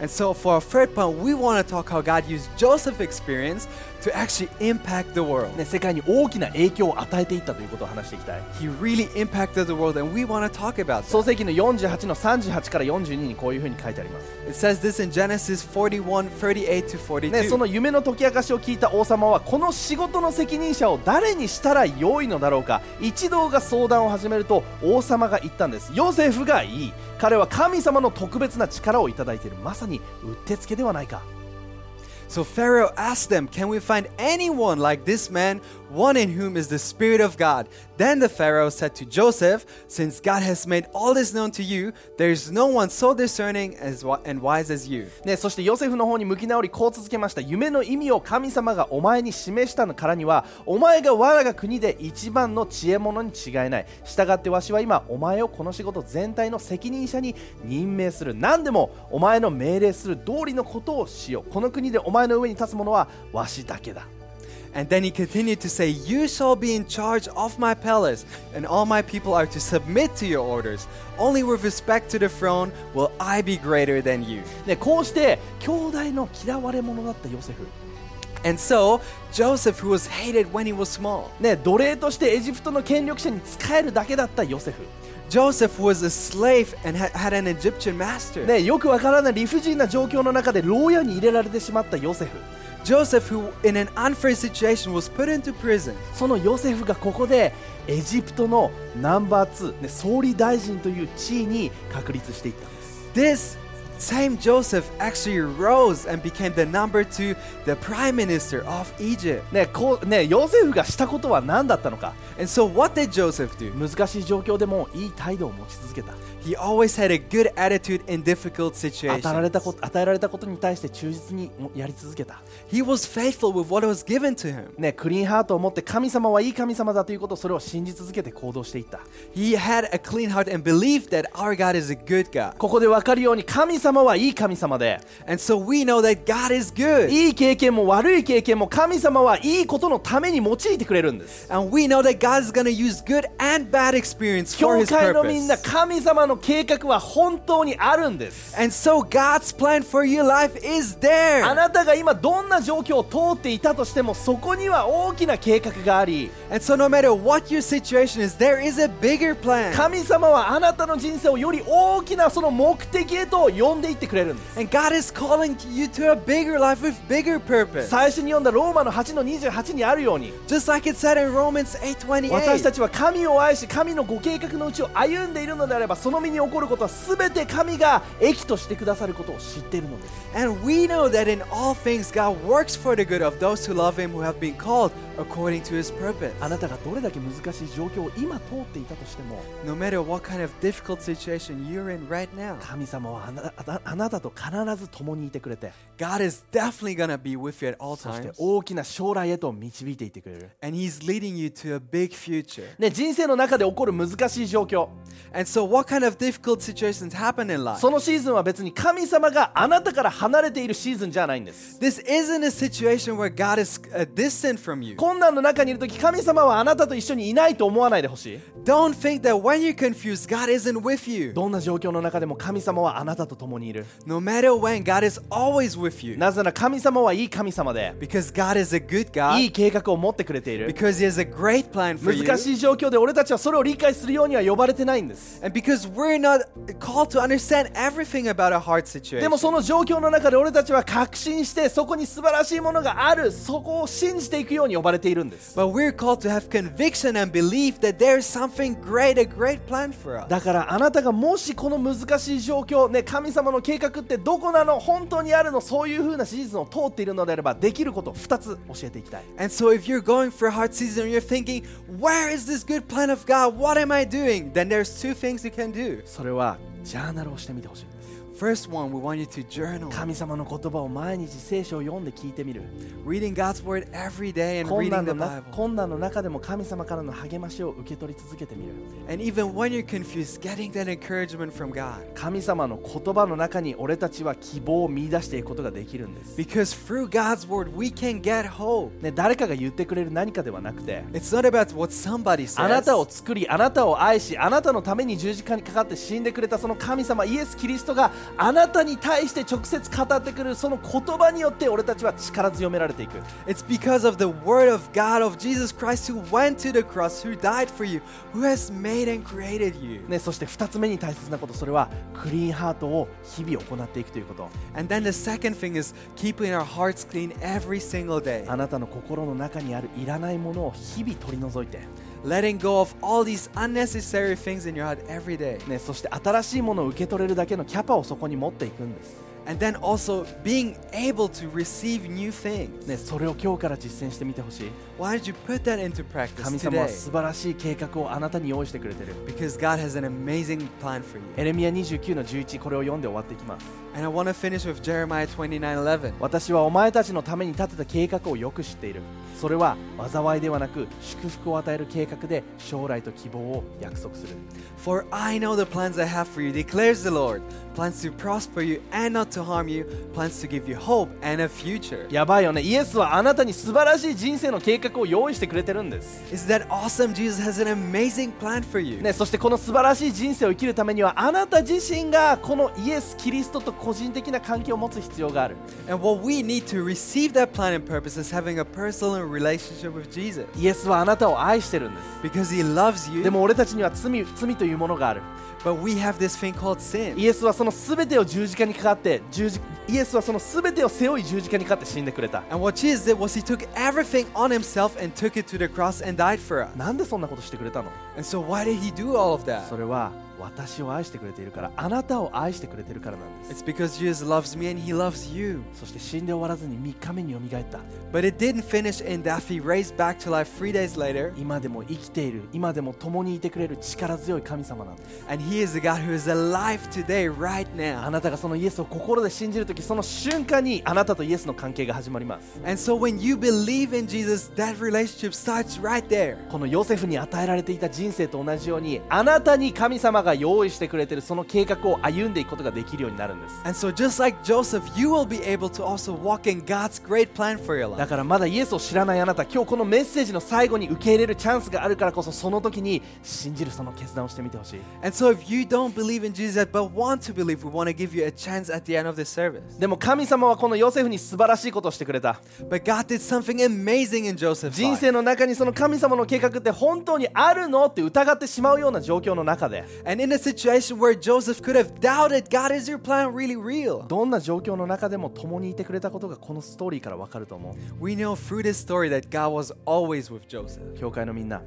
[SPEAKER 2] And so, for our third point, we wanna talk how God used Joseph's experience to actually impact the world.
[SPEAKER 1] ね、世界に大きな影響を与えていったということを話していきたい
[SPEAKER 2] He really impacted the world, and we wanna talk about that.
[SPEAKER 1] 創世紀の48の38から42にこういうふうに書いてあります、
[SPEAKER 2] It says this in Genesis 41 38 to
[SPEAKER 1] ね、そ
[SPEAKER 2] 42.
[SPEAKER 1] の夢の解き明かしを聞いた王様はこの仕事の責任者を誰にしたら良いのだろうか一同が相談を始めると王様が言ったんですヨセフがいい彼は神様の特別な力をいただいているまさにうってつけではないか
[SPEAKER 2] So Pharaoh asked them, Can we find anyone like this man, one in whom is the Spirit of God? Then the Pharaoh said to Joseph, Since God has made all this known to you, there is no one so discerning as wi- and wise as you.
[SPEAKER 1] ね、そしてヨセフの方に向き直りこう続けました夢の意味を神様がお前に示したのからにはお前が我が国で一番の知恵者に違いない従ってわしは今お前をこの仕事全体の責任者に任命する何でもお前の命令する通りのことをしようこの国でお前の上に立つ者はわしだけだ
[SPEAKER 2] And then he continued to say, You shall be in charge of my palace, and all my people are to submit to your orders. Only with respect to the throne will I be greater than you.
[SPEAKER 1] でこうして兄弟の嫌われ者だったヨセフ、
[SPEAKER 2] And so, Joseph, who was hated when he was small,
[SPEAKER 1] ね、奴隷としてエジプトの権力者に仕えるだけだったヨセフ、
[SPEAKER 2] Joseph was a slave and ha- had an Egyptian master.
[SPEAKER 1] ね、よくわからない理不尽な状況の中で牢屋に入れられてしまったヨセフ
[SPEAKER 2] Joseph, who in an unfair situation was put into prison.
[SPEAKER 1] そのヨセフがここでエジプトのナンバー2、ね、総理大臣という地位に確立していったんです
[SPEAKER 2] This same Joseph actually rose and became the number two, the prime minister of Egypt.
[SPEAKER 1] ねこうね、ヨセフがしたことは何だったのか
[SPEAKER 2] And so, what did Joseph do?
[SPEAKER 1] 難しい状況でもいい態度を持ち続けた
[SPEAKER 2] He always had a good attitude in difficult
[SPEAKER 1] 与えられた
[SPEAKER 2] situations.
[SPEAKER 1] こと与えられたことに対して忠実にやり続けた、
[SPEAKER 2] He was faithful with what was given to him.
[SPEAKER 1] ね、クリーンハートを持って神様はいい神様だということをそれを信じ続けて行動していった
[SPEAKER 2] He had a clean heart and believed that our God is a good God.
[SPEAKER 1] ここで分かるように神様はいい神様で
[SPEAKER 2] And so, we know that God is good.
[SPEAKER 1] いい経験も悪い経験も神様はいいことのために用いてくれるんです
[SPEAKER 2] And we know that God is going to use good and bad experience for
[SPEAKER 1] 教
[SPEAKER 2] His
[SPEAKER 1] 会のみんな
[SPEAKER 2] purpose.
[SPEAKER 1] 神様の計画は本当にあるんです
[SPEAKER 2] And so God's plan for your life is
[SPEAKER 1] あ
[SPEAKER 2] there.
[SPEAKER 1] なたが今どんな状況を通っていたとしてもそこには大きな計画があり
[SPEAKER 2] And so no matter what your situation is, there is a bigger plan.
[SPEAKER 1] 神様はあなたの人生をより大きなその目的へと呼んでいってくれるんです
[SPEAKER 2] And God is calling you to a bigger life with bigger purpose.
[SPEAKER 1] 最初に読んだローマの8の28にあるように
[SPEAKER 2] Just like it said in Romans
[SPEAKER 1] 私た
[SPEAKER 2] 8:28.
[SPEAKER 1] ちは神を愛し神のご計画のうちを歩んでいるのであればその身に起こることは全て神が益としてくださることを知っているのです
[SPEAKER 2] And we know that in all things God works for the good of those who love him who have been called according to his purpose.
[SPEAKER 1] あなたがどれだけ難しい状況を今通っていたとしても
[SPEAKER 2] No matter what kind of difficult situation you're in right now,
[SPEAKER 1] 神様はあなあなあなたと必ず共にいてくれて
[SPEAKER 2] God is definitely going to be with you at all
[SPEAKER 1] そして
[SPEAKER 2] times.
[SPEAKER 1] 大きな将来へと導いていってくれる、
[SPEAKER 2] And he's leading you to a big future.
[SPEAKER 1] ね、人生の中で起こる難しい状況
[SPEAKER 2] And so, what kind of difficult situations happen in life?
[SPEAKER 1] そのシーズンは別に神様があなたから離れているシーズンじゃないんです
[SPEAKER 2] This isn't a situation where God is uh, distant from you.
[SPEAKER 1] 困難の中にいる時神様はあなたと一緒にいないと思わないでほしい
[SPEAKER 2] Don't think that when you're confused, God isn't with you.
[SPEAKER 1] どんな状況の中でも神様はあなたと共にいる
[SPEAKER 2] No matter when, God is always with you.
[SPEAKER 1] なぜなら神様はいい神様で
[SPEAKER 2] Because God is a good
[SPEAKER 1] いい
[SPEAKER 2] God.
[SPEAKER 1] 計画を持ってくれている
[SPEAKER 2] Because He has a great plan for you.
[SPEAKER 1] 難しい状況で俺たちはそれを理解するようには呼ばれてないんです
[SPEAKER 2] And because we're not called to understand everything about a hard
[SPEAKER 1] で
[SPEAKER 2] situation.
[SPEAKER 1] もその状況の中で俺たちは確信してそこに素晴らしいものがあるそこを信じていくように呼ばれているんです
[SPEAKER 2] But we're called to have conviction and belief that there's something great, a great plan for us.
[SPEAKER 1] だからあなたがもしこの難しい状況、ね、神様の計画ってどこなの本当にあるのそういう風なシーズンを通っているのであればできることを2つ教えていきたい
[SPEAKER 2] And so, if you're going for a hard season and you're thinking, where is this good plan of God? What am I doing? Then there's two things you can do.
[SPEAKER 1] それはジャーナルをしてみてほしいんです
[SPEAKER 2] First one, we want you to journal,
[SPEAKER 1] 神様の言葉を毎日聖書を読んで聞いてみる
[SPEAKER 2] reading God's word every day and
[SPEAKER 1] 困
[SPEAKER 2] reading
[SPEAKER 1] 難
[SPEAKER 2] the
[SPEAKER 1] のな
[SPEAKER 2] Bible.
[SPEAKER 1] 困難の中でも神様からの励ましを受け取り続けてみる
[SPEAKER 2] And even when you're confused, getting that encouragement from God.
[SPEAKER 1] 神様の言葉の中に俺たちは希望を見出していくことができるんです、
[SPEAKER 2] Because through God's word, we can get hope.
[SPEAKER 1] ね、誰かが言ってくれる何かではなくて
[SPEAKER 2] It's not about what somebody
[SPEAKER 1] あな
[SPEAKER 2] says,
[SPEAKER 1] たを作りあなたを愛しあなたのために十字架にかかって死んでくれたその神様イエス・キリストがあなたに対して直接語ってくるその言葉によって俺たちは力強められていく
[SPEAKER 2] it's because of the word of God, of Jesus Christ, who went to the cross, who died for you, who has made and created you.
[SPEAKER 1] ね、そして2つ目に大切なことそれはクリーンハートを日々行っていくということ
[SPEAKER 2] And then the second thing is keeping our hearts clean every single day,
[SPEAKER 1] あなたの心の中にあるいらないものを日々取り除いて、
[SPEAKER 2] letting go of all these unnecessary things in your heart every day.
[SPEAKER 1] ね、そして新しいものを受け取れるだけのキャパをそこに持っていくんです、
[SPEAKER 2] And then also being able to receive new things.
[SPEAKER 1] ね、それを今日から実践してみてほしい
[SPEAKER 2] Why don't you put that into practice
[SPEAKER 1] 神様は
[SPEAKER 2] today?
[SPEAKER 1] 素晴らしい計画をあなたに用意してくれてる
[SPEAKER 2] Because God has an amazing plan for you.
[SPEAKER 1] エレミア29の11これを読んで終わっていきます
[SPEAKER 2] And I want to finish with Jeremiah 29:11.
[SPEAKER 1] 私はお前たちのために立てた計画をよく知っているそれは災いではなく祝福を与える計画で将来と希望を約束する
[SPEAKER 2] For I know the plans I have for you, declares the Lord plans to prosper you and not to harm you, plans to give you hope and a future.
[SPEAKER 1] やばいよねイエスはあなたに素晴らしい人生の計画を用意してくれてるんです、
[SPEAKER 2] Isn't that awesome? Jesus has an amazing plan for you.
[SPEAKER 1] ね、そしてこの素晴らしい人生を生きるためにはあなた自身がこのイエス・キリストと個人的な関係を持つ必要がある
[SPEAKER 2] And what we need to receive that plan and purpose is having a personal relationship with Jesus.
[SPEAKER 1] イエスはあなたを愛してるんです
[SPEAKER 2] Because he loves
[SPEAKER 1] で
[SPEAKER 2] you,
[SPEAKER 1] も俺たちには罪罪というものがある
[SPEAKER 2] but we have this thing called sin.
[SPEAKER 1] イエスはその全てを十字架にかかって十字イエスはその全てを背負い十字架にかかって死んでくれた
[SPEAKER 2] And what Jesus did was he took everything on himself and took it to the cross and died for us.
[SPEAKER 1] なんでそんなことしてくれたの
[SPEAKER 2] And so why did he do all of that?
[SPEAKER 1] それは私を愛してくれているからあなたを愛してくれているからなんで
[SPEAKER 2] It's
[SPEAKER 1] す
[SPEAKER 2] because Jesus loves me and he loves you.
[SPEAKER 1] そして死んで終わらずに3日目によみがえった
[SPEAKER 2] But it didn't finish in death. He raised back to life three days later,
[SPEAKER 1] 今でも生きている今でも共にいてくれる力強い神様なんです
[SPEAKER 2] and he is the God who is alive today, right
[SPEAKER 1] あ
[SPEAKER 2] now.
[SPEAKER 1] なたがそのイエスを心で信じるときその瞬間にあなたとイエスの関係が始まります
[SPEAKER 2] And so when you believe in Jesus, that relationship starts right there.
[SPEAKER 1] このヨセフに与えられていた人生と同じようにあなたに神様が用意してくれているその計画を歩んでいくことができるようになるんです
[SPEAKER 2] And so just like Joseph, you will be able to also walk in God's great plan for your
[SPEAKER 1] だ
[SPEAKER 2] life.
[SPEAKER 1] からまだイエスを知らないあなた今日このメッセージの最後に受け入れるチャンスがあるからこそその時に信じるその決断をしてみてほしい
[SPEAKER 2] And so if you don't believe in Jesus yet, but want to believe, we want to give you a chance at the end of the service.
[SPEAKER 1] でも神様はこのヨセフに素晴らしいことをしてくれた
[SPEAKER 2] But God did something amazing in Joseph's
[SPEAKER 1] 人
[SPEAKER 2] life.
[SPEAKER 1] 生の中にその神様の計画って本当にあるのって疑ってしまうような状況の中で
[SPEAKER 2] And in a situation where Joseph could have doubted, God, is your plan really real?
[SPEAKER 1] どんな状況の中でも共にいてくれたことがこのストーリーからわかると思う
[SPEAKER 2] We know through this story that God was always with Joseph.
[SPEAKER 1] 教会のみんな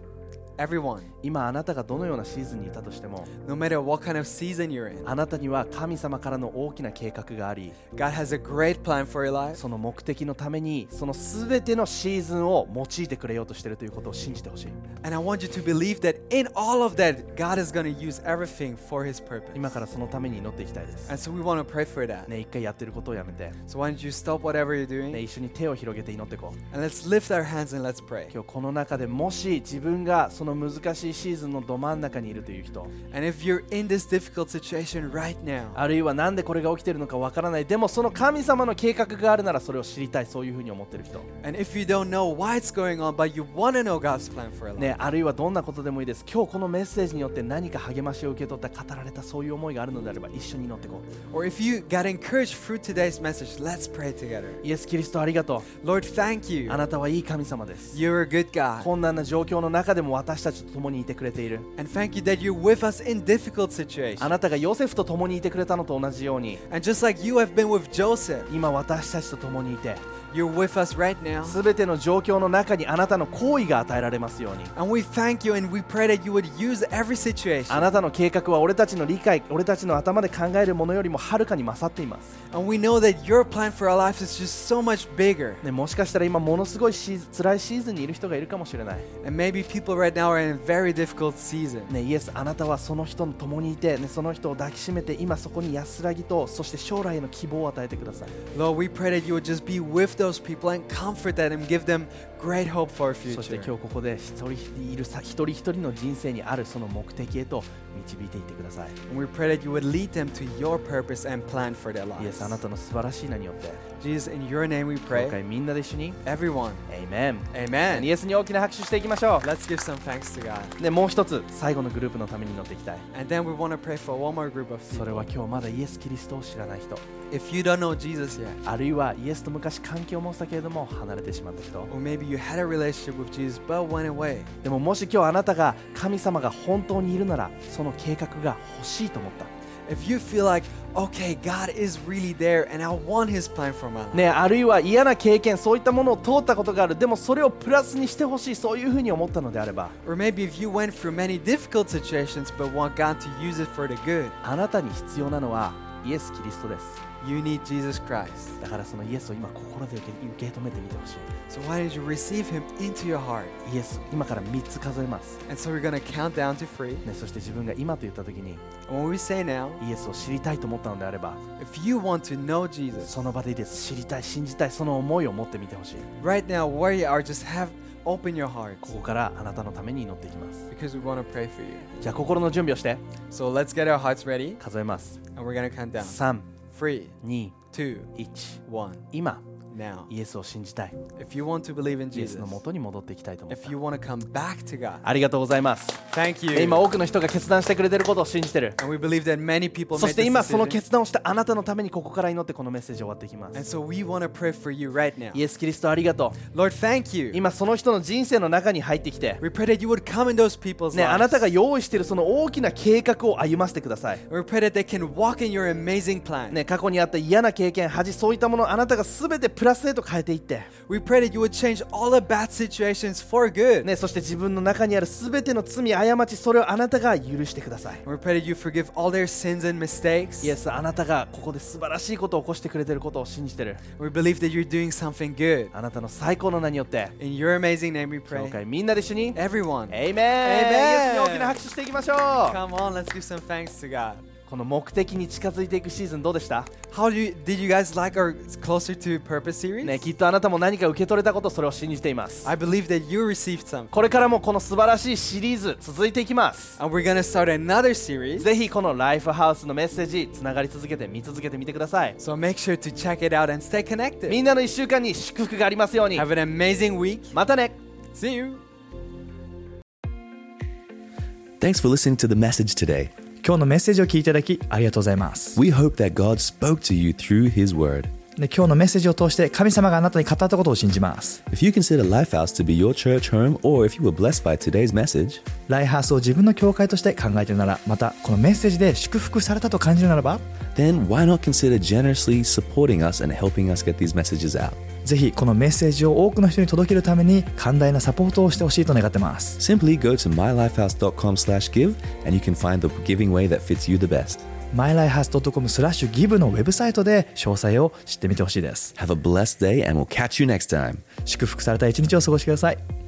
[SPEAKER 2] Everyone,
[SPEAKER 1] 今あなたがどのようなシーズンにいたとしても
[SPEAKER 2] no matter what kind of season you're in,
[SPEAKER 1] あなたには神様からの大きな計画があり
[SPEAKER 2] God has a great plan for your life.
[SPEAKER 1] その目的のためにその全てのシーズンを用いてくれようとしているということを信じてほしい
[SPEAKER 2] And I want you to believe that in all of that, God is going to use everything for His purpose.
[SPEAKER 1] 今からそのために祈っていきたいです
[SPEAKER 2] And so we want to pray for that.
[SPEAKER 1] ね一回やってることをやめて
[SPEAKER 2] So why don't you stop whatever you're
[SPEAKER 1] ね
[SPEAKER 2] doing
[SPEAKER 1] 一緒に手を広げて祈っていこう
[SPEAKER 2] and let's lift our hands and let's pray.
[SPEAKER 1] 今日この中でもし自分がその難しいシーズンのど真ん中にいるという人
[SPEAKER 2] And if you're in this difficult situation right now,
[SPEAKER 1] あるいはなんでこれが起きてるのかわからないでもその神様の計画があるならそれを知りたいそういうふうに思ってる人
[SPEAKER 2] and if you don't know why it's going on, but you want to know God's plan for your life,
[SPEAKER 1] ねあるいはどんなことでもいいです今日このメッセージによって何か励ましを受け取った語られたそういう思いがあるのであれば一緒に祈っていこう
[SPEAKER 2] or if you got encouraged through today's message, let's pray together.
[SPEAKER 1] イエス・キリストありがと
[SPEAKER 2] Lord, thank
[SPEAKER 1] う
[SPEAKER 2] you.
[SPEAKER 1] あなたはいい神様です
[SPEAKER 2] You're a good God.
[SPEAKER 1] 困難な状況の中でも私たちと共にいてくれている
[SPEAKER 2] And thank you that you're with us in difficult
[SPEAKER 1] あ
[SPEAKER 2] situations.
[SPEAKER 1] なたがヨセフと共にいてくれたのと同じように
[SPEAKER 2] And just like you have been with Joseph,
[SPEAKER 1] 今私たちと共にいて
[SPEAKER 2] you're with us right now.
[SPEAKER 1] すべての状況の中にあなたの好意が与えられますように
[SPEAKER 2] And we thank you and we pray that you would use every
[SPEAKER 1] あ
[SPEAKER 2] situation.
[SPEAKER 1] なたの計画は俺たちの理解俺たちの頭で考えるものよりもはるかに勝っています、
[SPEAKER 2] And we know that your plan for our life is just so much bigger.
[SPEAKER 1] ね、もしかしたら今ものすごいシーズン辛いシーズンにいる人がいるかもしれない、
[SPEAKER 2] And maybe people right now are in a very difficult season.
[SPEAKER 1] ね、イエスあなたはその人と共にいて、ね、その人を抱きしめて今そこに安らぎとそして将来への希望を与えてください
[SPEAKER 2] Lord, we pray that you would just be with those people and comfort them and give them great hope for our
[SPEAKER 1] そして
[SPEAKER 2] future.
[SPEAKER 1] 今日ここで一人いるさ一人一人の人生にあるその目的へと導いていってください
[SPEAKER 2] And we pray that you would lead them to your purpose and plan for their
[SPEAKER 1] イエス
[SPEAKER 2] lives.
[SPEAKER 1] あなたの素晴らしい名によって
[SPEAKER 2] Jesus, in your name we
[SPEAKER 1] 今
[SPEAKER 2] pray.
[SPEAKER 1] 回みんなで一緒に
[SPEAKER 2] Everyone,
[SPEAKER 1] エイメン
[SPEAKER 2] amen.
[SPEAKER 1] イエスに大きな拍手していきましょ
[SPEAKER 2] Let's give some thanks to God.
[SPEAKER 1] うでもう一つ最後のグループのために祈っていきたい
[SPEAKER 2] And then we want to pray for one more group of
[SPEAKER 1] それ
[SPEAKER 2] people.
[SPEAKER 1] は今日まだイエス・キリストを知らない人
[SPEAKER 2] If you don't know Jesus yet,
[SPEAKER 1] あるいはイエスと昔関係を持ったけれども離れてしまった人
[SPEAKER 2] or maybe you had a relationship with Jesus but went away,
[SPEAKER 1] でももし今日あなたが神様が本当にいるならその計画が欲しいと思った
[SPEAKER 2] if you feel like, okay, God is really there and I want His plan for my life,
[SPEAKER 1] ねあるいは嫌な経験そういったものを通ったことがあるでもそれをプラスにしてほしいそういうふうに思ったのであれば
[SPEAKER 2] or maybe if you went through many difficult situations but want God to use it for the good,
[SPEAKER 1] あなたに必要なのはイエス・キリストです
[SPEAKER 2] You need Jesus Christ.
[SPEAKER 1] だからそのイエスを今心で受け受け止めてみてほし
[SPEAKER 2] So why don't you receive him into your heart?
[SPEAKER 1] いイエス今から3つ数えます、
[SPEAKER 2] And so we're going to count down to three.
[SPEAKER 1] ね、そして自分が今と言った時に
[SPEAKER 2] And when we say now,
[SPEAKER 1] イエスを知りたいと思ったのであれば
[SPEAKER 2] if you want to know Jesus,
[SPEAKER 1] その場でいいです知りたい信じたいその思いを持ってみてほしい
[SPEAKER 2] right now where you are, just have open your heart
[SPEAKER 1] ここからあなたのために祈っていきます
[SPEAKER 2] because we want to pray for you.
[SPEAKER 1] じゃあ心の準備をして
[SPEAKER 2] So let's get our hearts ready
[SPEAKER 1] 数えます。
[SPEAKER 2] and we're going to count down.
[SPEAKER 1] 3、
[SPEAKER 2] Three,
[SPEAKER 1] 2、
[SPEAKER 2] two,
[SPEAKER 1] 1。
[SPEAKER 2] one.
[SPEAKER 1] 今、
[SPEAKER 2] Now,
[SPEAKER 1] イエスを信じたい。
[SPEAKER 2] if you want to believe in
[SPEAKER 1] イエス
[SPEAKER 2] Jesus,
[SPEAKER 1] のもとに戻っていきたいと思っ
[SPEAKER 2] if
[SPEAKER 1] た
[SPEAKER 2] you。want to come back to God,
[SPEAKER 1] ありがとうございます。
[SPEAKER 2] thank you.
[SPEAKER 1] え今、多くの人が決断してくれてることを信じてる。
[SPEAKER 2] And we believe that many people
[SPEAKER 1] そ
[SPEAKER 2] made
[SPEAKER 1] して
[SPEAKER 2] this
[SPEAKER 1] 今、その
[SPEAKER 2] decision.
[SPEAKER 1] 決断をしたあなたのためにここから祈ってこのメッセージを終わっていきま
[SPEAKER 2] And
[SPEAKER 1] す。
[SPEAKER 2] so we want to pray for you right now.
[SPEAKER 1] イエス・キリストありがとう。
[SPEAKER 2] Lord, thank you.
[SPEAKER 1] 今、その人の人生の中に入ってきて、
[SPEAKER 2] We pray that you would come in those people's
[SPEAKER 1] ね、あな
[SPEAKER 2] lives.
[SPEAKER 1] たが用意しているその大きな計画を歩ませてください。
[SPEAKER 2] We pray that they can walk in your amazing plan.
[SPEAKER 1] ね、過去にあった嫌な経験、恥、そういったものをあなたが全てプラスへと変えていって、
[SPEAKER 2] We pray that you would change all the bad situations for good.
[SPEAKER 1] ね、そして自分の中にある全ての罪、過ち、それをあなたが許してください。
[SPEAKER 2] We pray that you forgive all their sins and mistakes.
[SPEAKER 1] イエスあなたがここで素晴らしいことを起こしてくれてることを信じてる
[SPEAKER 2] We believe that you're doing something good.
[SPEAKER 1] あなたの最高の名によって
[SPEAKER 2] In your amazing name we
[SPEAKER 1] 教
[SPEAKER 2] pray.
[SPEAKER 1] 会みんなで一緒に
[SPEAKER 2] Everyone,
[SPEAKER 1] エイメンイエスに大きな拍手していきましょう
[SPEAKER 2] come on, let's give some thanks to God.
[SPEAKER 1] この目的に近づいていくシーズンどうでした、
[SPEAKER 2] How do you, did you guys like our Closer to Purpose
[SPEAKER 1] ね、
[SPEAKER 2] series?
[SPEAKER 1] きっとあなたも何か受け取れたことそれを信じています
[SPEAKER 2] I believe that you received some.
[SPEAKER 1] これからもこの素晴らしいシリーズ続いていきます
[SPEAKER 2] And we're gonna start another series.
[SPEAKER 1] ぜひこのライフハウスのメッセージつながり続けて見続けてみてください
[SPEAKER 2] So make sure to check it out and stay
[SPEAKER 1] み
[SPEAKER 2] connected.
[SPEAKER 1] んなの1週間に祝福がありますように
[SPEAKER 2] Have an amazing week.
[SPEAKER 1] またね
[SPEAKER 2] See you.
[SPEAKER 3] Thanks for listening to the message today.
[SPEAKER 4] 今日のメッセージを聞いていただきありがとうございます
[SPEAKER 3] We hope that God spoke to you through His Word.
[SPEAKER 4] で今日のメッセージを通して神様があなたに語ったことを信じます
[SPEAKER 3] If you consider Lifehouse to be your church home, or if you were blessed by today's message,
[SPEAKER 4] ライハースを自分の教会として考えているならまたこのメッセージで祝福されたと感じるならば
[SPEAKER 3] then why not consider generously supporting us and helping us get these messages out?
[SPEAKER 4] ぜひこのメッセージを多くの人に届けるために寛大なサポートをしてほしいと願ってます
[SPEAKER 3] Simply go to mylifehouse.com/give and you can find the giving way that fits you the best.
[SPEAKER 4] mylifehouse.com スラッシュギブのウェブサイトで詳細を知ってみてほしいです
[SPEAKER 3] Have a blessed day and we'll catch you next time.
[SPEAKER 4] 祝福された一日を過ごしてください